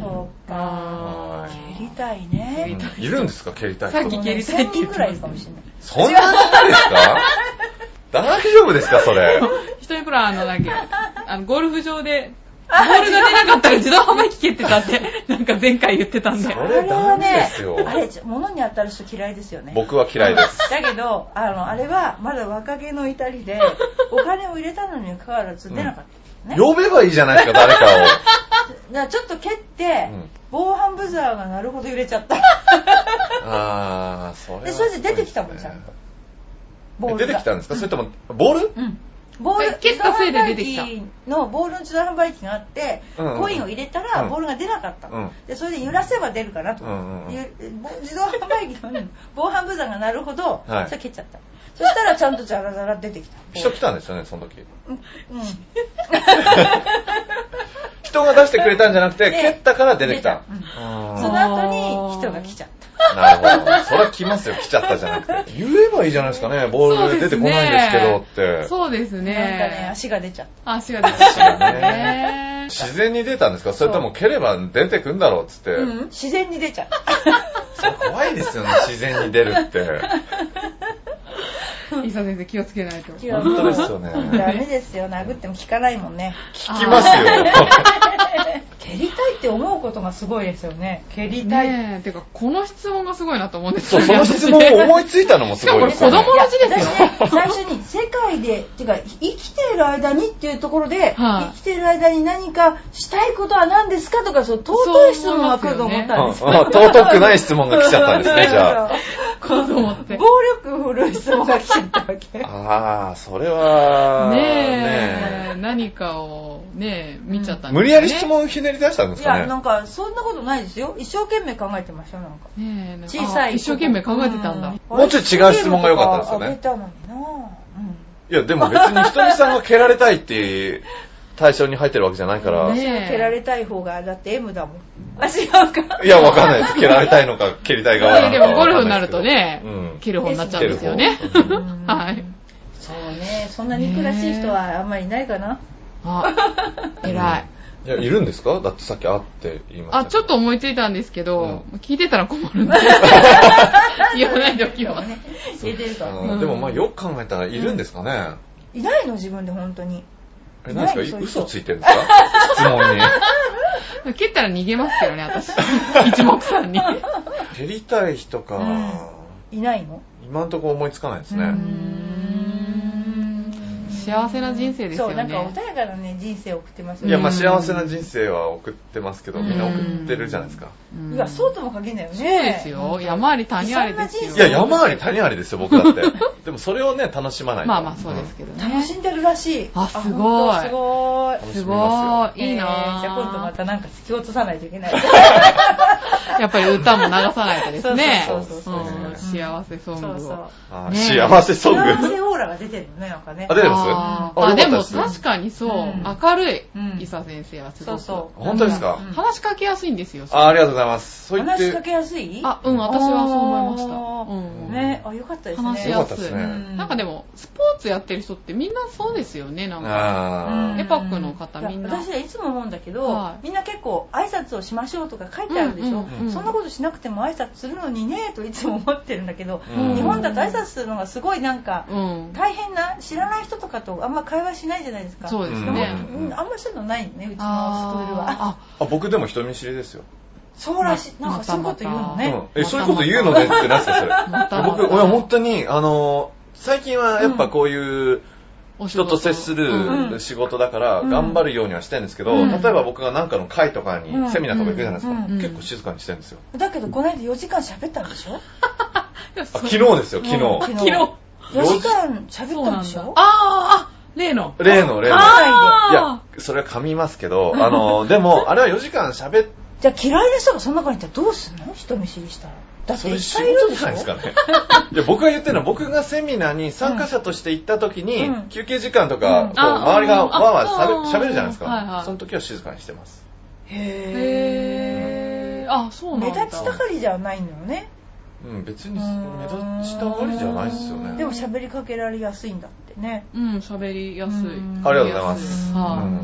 そうか
あー
蹴りたいね
うんいるんですか、蹴りたい
さっ
人
き。蹴りたいって言ってまし
1000人ぐ
た
らいいるかもしれない
そんなことです か大丈夫ですか、それ。
一人プランのなんか、あの、ゴルフ場で、ボールが出なかったら自動販売機蹴ってたって、なんか前回言ってたんで
そ。れダメですよ
あれちょ物に当たる人嫌いですよね
僕は嫌いです。
だけどあのあれはまだ若気の至り でお金を入れたのにもかかわらず出なかった、ね
呼べばいいじゃないですか、誰かを。
だからちょっと蹴 って、
うん
防犯ブザーが鳴るほど揺れちゃった
あー、それは
でそれで出てきたもんちゃんとボール
出
が
てきたんですかそれとも、ボール
うんボール
蹴ったせいで出てき
自
た
動販売機のボールの自動販売機があって、
うんうん
コインを入れたら
うん
ボールが出なかったの、
うん
でそれで揺らせば出るかなと、
うんうんうん
ゆぼ自動販売機の 防犯ブザーが鳴るほど、
はい
それ蹴っちゃったそしたらちゃんとザラザラ出てきた
人来たんですよね、その時。
うん
人が出してくれたんじゃなくて、
ね
蹴ったから出てきた。
出たそ
あ
の後に人が来ちゃった
ーなるほど。それは来ますよ、来ちゃったじゃ なくて。言えばいいじゃないですかね、ボール出てこないんですけどって。
そうですね。
なんかね足が出ちゃった
足が出てきた ね。
自然に出たんですかそれとも蹴れば出てくんだろうっつって。
うん自然に出ちゃった
それ怖いですよね、自然に出るって。
伊佐先生気をつけないと。
いや
本当ですよね
ダメですよ。殴っても効かないもんね。
聞きますよ。
蹴りたいって思うことがすごいですよね。蹴りたい。
ねえ、てか、この質問がすごいなと思うんです
そう、
よね。
その質問
私
を
ね
思いついたのもすごいですよね。
しかも子供のうちですよ
いや私ね、最初に世界で、っていうか、生きている間にっていうところで、
はい
生きている間に何かしたいことは何ですかとか、そう尊い質問が来ると思ったんですよ。
うんうん尊くない質問が来ちゃったんですね、じゃあ。
子供っ
暴
て。
力振るい質問が来ちゃったわけ。
ああ、そ れは、
ねえ、
ね
何かをねえ、見ちゃった
え
んですね
無理やり質問をひねり出したん
い
です
や、
か
な
ね。
んか、そんなことないですよ。一生懸命考えてましたよ、なんか。
ねえなんか
小さい。
あ一生懸命考えてたんだ。
う
もうちょい違う質問が良かったですよね
あげたのになうん
いや、でも別にひとりさんが蹴られたいっていう対象に入ってるわけじゃないから。
ね
私は蹴られたい方が、だって M だもん。あ、違うか。
いや、わかんないです。蹴られたいのか、蹴りたい側なの
で
か
もゴ
わ
ルフ
かん
に
な
ない
です
る
けど。
とね、
うん。
蹴る方になっちゃうんですよね。
蹴る方
はい。
そうね、そんなに詳しい人はあんまりいないかな。
あ、偉い。
いや、いるんですかだってさっきあって言いましたけ
あ、
ど。
ちょっと思いついたんですけど、聞いてたら困 るんで。言わないでおきます。
入れてると
あーでもまあよく考えたらいるんですかね。
いないの自分で本当に
え、何
ない
です
そう
か
いう人
嘘ついてるんですか質問 に。
蹴ったら逃げますけど ね、私。一目散に。
蹴りたい人か、
いないの
今んとこ思いつかないですね。
う
うー
ん
ん幸せな人生ですよ
そうなんか
ね
穏。やかなね人生を送ってますよ
い
ね
や、
うん
まあ幸せな人生は送ってますけど、みんな送ってるじゃないですか。
うん
いやそうとも限らないよね
そうですよ。山あり谷ありです
うん
よ。
いや、山あり谷ありですよ、僕 だって。でもそれをね、楽しまないと。
まあまあそうですけど
楽
ね。
しんでるらしい
あすごい
あ本当すごい
楽し
す
み
ご
ま
い。いい
え
な
ー
ぁ
じゃあ今度またなんか突き落とさないとい けない
やっぱり歌も流さないとですね。
そうそうそう
そう
うん幸せソング
そう
を。
そう
あー
ね
幸せソング。
幸せオーラが出てるのねなんかね
あ出てます
あー
あ
あ、で
よか
も
ったです
確かにそう、
うん
明るい、
うん
伊佐先生はす
そう
ごく。
そう
本当ですか、
うん
話しかけやすいんですよ。
あーありがとうございます。そう言っ
話しか
て、
けやすい
あ、うん、私はそう思いました。
あー
うん
ねあよかったですね
話し
よか
や
った
す
で
い
す。ね。
うん
なんかでも、スポーツやってる人ってみんなそうですよね、なんか。
あ
うん
エパックの方みんない
や私はいつも思うんだけど、
はい
みんな結構挨拶をしましょうとか書いてあるでしょ、
うんうんうん
そんなことしなくても挨拶するのにねといつも思ってるんだけど、
うん
日本だと挨拶するのがすごいなんか
うん。
大変な知らない人とかとあんま会話しないじゃないですか
そうですね。
でもうんあんまそういうのないねうちのスク
あ
ールはあ
あ
あ、僕でも人見知りですよ。
そうらしい
ま
なんかそういうこと言うの
え
ね、
うん、え、そういうこと言うのでってなんすか、それ。
また
僕、俺本当に、あの、最近はやっぱこういう
お仕
人
事
と接す
うん
る仕事だから
うん
頑張るようにはしてるんですけど、
うん
例えば僕が何かの会とかに
うん
セミナーとか行くじゃないですか、
うん
結構静かにしてるんですよ。
だけどこの間4時間喋ったんでしょ
あ、
あ
昨日ですよ、
うん
昨日。
昨日。
4時間喋
そ
っ
う
た
なんん
で
だ
しょ。
あーあ、例の。
例の例の。い
あ
や
あ、
それは噛みますけど、あの、でも、あれは4時間喋っ
じゃあ嫌いな人がそんな感じだったらどうすんの人見知りしたらだって
そ
い
れ
っ
仕
ぱいいるん
事
で
じ
し
ゃ
ょ
ないですかね。いや、僕が言ってるのは、僕がセミナーに参加者として行った時に、
うん
休憩時間と
うん
か、こう
あ
周りが
うん
わーわ
あ
ーしゃべ喋るじゃないです
はいは
か。
い
その時は静かにしてます。
ー
へ
へー。あ、そう
ー
な
目
んだ。
立ちたがりじゃないのよね
うん、別に目立ちたがりじゃないですよ
う
ね。
んでも喋りかけられやすいんだってね
うん、喋りやすい。
うん
ありがとうございます
は
うん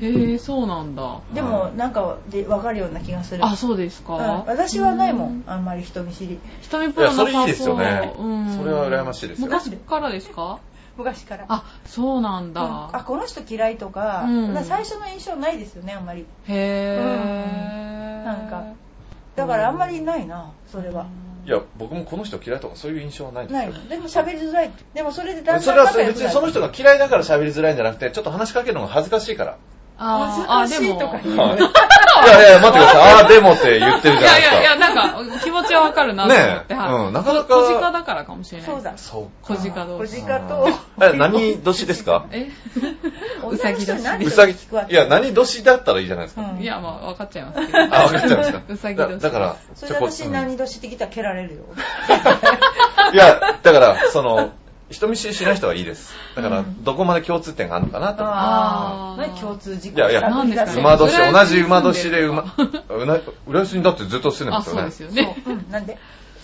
い。へー、そうなんだ。
でもなんかで分かるような気がする
あ、そうです
うん
か。
私はないも
うん
あんまり人見知り
人見プロなさそう
いやそれいいですよね
うん
それは羨ましいですよ
昔からですか
昔から
あそうなんだ、
うんあこの人嫌いとか,、
うん
最初の印象ないですよねあんまり
へ
う
え、
んなんかだからあんまりないなそれは、
いや、僕もこの人嫌いとかそういう印象はないです
ない
よ。
のでも喋りづらいでもそれでだん
そ
だん
れは
仲
それ
良く
別
な
に
る
その人が嫌いだから喋りづらいんじゃなくて、ちょっと話しかけるのが恥ずかしいから。
あーあ
恥ず
で
かしい
も
とか言う
いやいやいや、待ってください。あー、でもって言ってる
い
じゃな
や
い
い
です
やい
か。
やなんか気持ちはわかるなと思って、
ねえ
はい
うんなかなか
こ小鹿だからかもしれない
そうだ
そうか。
小鹿同士
小鹿と
え、何年ですか
え
うさぎだし
うさぎ
聞くわ。け
いや、何年だったらいいじゃないですか。
うん
いやまあわかっちゃいますけど
あ、分かっちゃいますか。
うさぎ
だ
同士
だから、
そ
ち
れ
ょ
で
こ
私 何年ってきたら蹴られるよ
うんいや、だから、その、人見知りしない人はいいです。だから、
うん
どこまで共通点があるのかなと思って。
あ
あー
あ共通事項
いやいや
探り出せ
うん
馬
どうし
年、
浦安に住んでる
同じ馬年で馬、うな浦安にだってずっと住んで
あ
ますよ
そう
ね
で。すよね
そううんなんで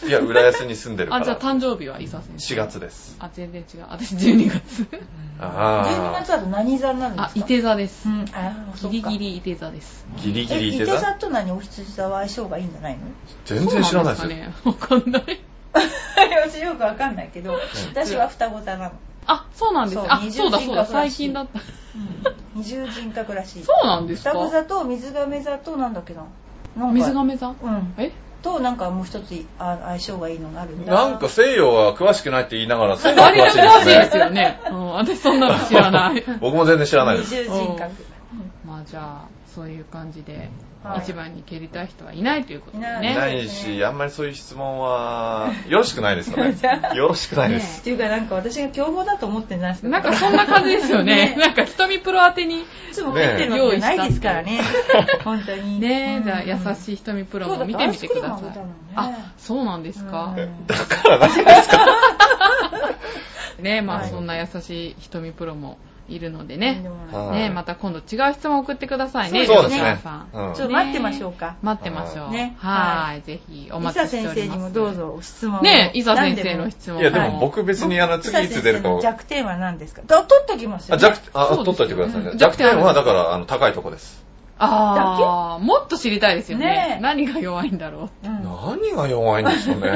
いや、浦安に住んでるか
あじゃあ
ら。
誕生日は伊佐先生
4月です。
あ全然違う私12月
12
あ
月だと何座になるんです か
あ伊手座です、
うんあーそっ
ギリ
か
ギリ伊手座です
あ、ギリギ
え
リ
伊手
いて
座
た。
と何お羊座は相性がいいんじゃ ないの
全然知らないです
そう
よ。
んですかねわかんない
私よくわかんないけど私は双子座なの、
あ、そうなんです
そう
ね。あ、
二重
そうだ
人
そ
格
うだ、
らしい
最近だった。
二重人格らしい
そうなんです
双
か
子座と水亀座となんだっけななんか
水亀座
うん
え
となんかもう一つあ相性がいいのがあるんだ
なんか西洋は詳しくないって言いながら、西洋は
割
詳
と
しい
詳しい
で
ですす
ね。
よね。うん、私そんなの知らない。
僕も全然知らないで
二重
す。
人格
まあじゃあ、そういう感じで、
はい
一番に蹴りたい人はいないということで
い
い
ね。
ないし、あんまりそういう質問は、よろしくないですよ ねよろしくないで
っ
す。
ていうかなんか私が競合だと思ってない
なんかそんな感じですよ ね。
ね
なんか瞳プロ宛てに。
いつも入ってるわけじゃないですからね 本当に
ねえ、じゃあ優
い
しい瞳プロも見てみてくだ
そう
さ
だ
い
って。
あ、そうなんですか。
だから何ですか
ねえ、ま
は
あ
い
そんな優しい瞳プロもいるのでね。
はい
ねえ、また今度違う質問送ってくださいね。
そうです
リスナ
ね
ーさん。
うん
ちょっと待ってましょうか
待ってましょう。
ね
はーい。ぜひ、お
伊
待
佐
ちし
先
てお
生
りま
に
す。
もどう。ぞご質問を
ねえ、伊佐先生の質問。
いや、で
はい
も僕別にあの、次いつ出るか
伊佐先
を
生の。弱点は何ですかだ取っときますよ
あ、
ね
弱、あ、
そうです
取
よ
っといてくださいね
う。ん
弱点
弱点
は、
は
だから、あの、高いとこです。
ああ、もっと知りたいですよね
ねえ
何が弱いんだろ
うん
何が弱いんでしょう ね。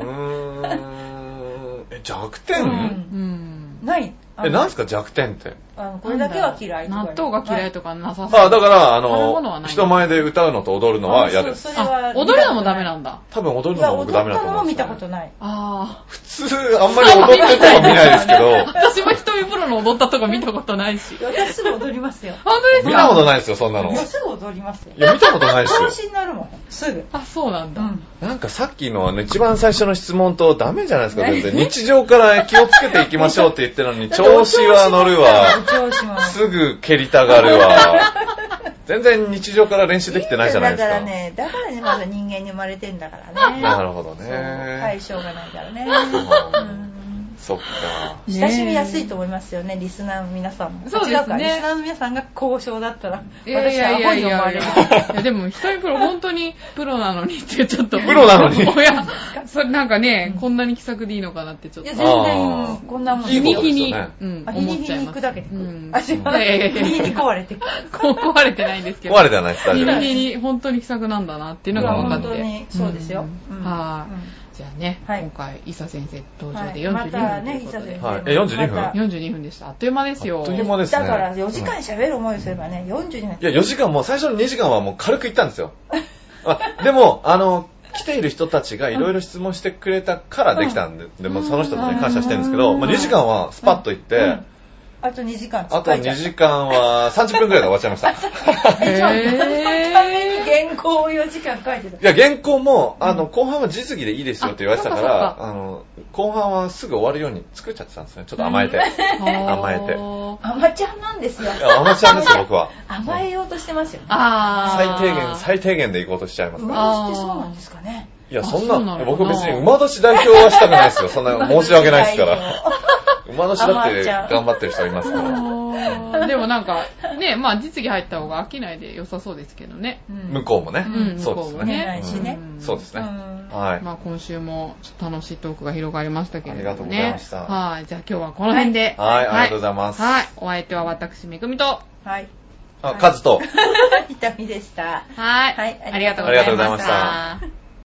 うーん。え、弱点、
うん
う。うん。
ない
え、なんすか弱点って。
あのこれだけは嫌いとか
納豆が嫌いとかなさそう。
あ、だから、あ
食べ物は
の、
ない
人前で歌うのと踊るのは嫌です。
あそれは
あ、踊るのもダメなんだ。
多分踊
い
る
や
のも僕
踊
ダ
っ
メだ
た
と
のも
思うんで
見
す
た
よね、
ことない
ああ。
普通、あんまり踊ってるとこ見ないですけど、
私も瞳風呂の踊ったとこ見たことないし。
私すぐ踊りますよ
本当です
見たこ
か
とないですよ、そんなの。い
もうすぐ踊りますよ
や、見たことないですよ
調。子になるもんすぐ
あ、そうなんだ。
なんかさっきのあの一番最初の質問とダメじゃないですか、
ね
全然。日常から気をつけていきましょうって言ってるのに、
だってお
調子は乗る
お
わ。
調子も
すぐ蹴りたがるわ。全然日常から練習できてないじゃないですか。
だからねだからねまだ人間に生まれてんだからね
なるほど
そう対
ね。
象がないからね
うんそっか。
ねえ
親しみやすいと思いますよね、リスナーの皆さんも。
そうですね
違かリスナーの皆さんが交渉だったら、
いやい
私は
や
ア
い
ホ
や
に
い
思わ
やい
れる。
や。いやでも、一人プロ、本当にプロなのにって、ちょっと。
プロな のに
おや、それなんかね、
うん
こんなに気さくでいいのかなって、ちょっ
い
と
や、全。
あ
然
ー
こんなもん
日
いい
に
こ
日に、
そういうことで
うん、
あ日
思
に
っ
日
ちゃい
に
ま
行
す。
くだけで。
うん
あ、違う。
いやいやいや
日に壊れて く。
こう壊れてないんですけど。
壊れてはないです、大
日
丈
に
夫です。
日に本当に気さくなんだなっていうのが分かっ
本
て。
当に、そうですよ。
う
うんん
は
う
い、
ん
じゃあね、
はい
今回、伊佐先生登場で
はいま
42分と
た
い
ね
うことで、
伊佐先
はい。え、42
ま
分
た
42分でした。あっという間ですよ。
あっという間ですね
だから、4時間喋る思いをすればね、42分
い。や、4時間もう最初の2時間はもう軽く行ったんですよ。あでも、あの、来ている人たちがいろいろ質問してくれたからできたんで、でもその人もね、感謝してるんですけど、まあ、2時間はスパッと行って、
うんあと2時間
あと
使 えちゃ
2
う。
時間は30分くらいで終わっちゃいました。
へー
原稿を4時間書いてた
い。や、原稿も、あの、後半は実技でいいですよって言われてたから、あの、後半はすぐ終わるように作っちゃってたんですね。ちょっと甘えて。甘えて
あー
アマちゃんなんですよ。
いや、甘ちゃんですよ、僕は。
甘えようとしてますよね。
あ
最
ー。
低限、最低限で行こうとしちゃいますね。
馬年ってそうなんですかね。
いや、そん
あ
な、
そうなのかな
僕別に馬年代表はしたくないですよ。そんな、申し訳ないですから。馬年だって頑張ってる人いますから。
あーでもなんか、ね、まあ実技入った方が飽きないで良さそうですけどね。
向
向
こうもね
う。
うん、
そう
向
で
こ
すね
うも
ね
ね。
来週ね
ん
そうです
う
ね。
ん
はい。
まあ今週もちょっと楽しいトークが広がりましたけれど
あり
もね。
がとうございました
はい、じゃあ今日はこの辺で。
はい、ありがとうございます。
はい、お相手は私、めぐみと。
はい。
あ、カズと。
痛みでした。
はい。
はい
ありがとう
ありがとうご
ご
ざ
ざい
い
ま
ま
し
したた。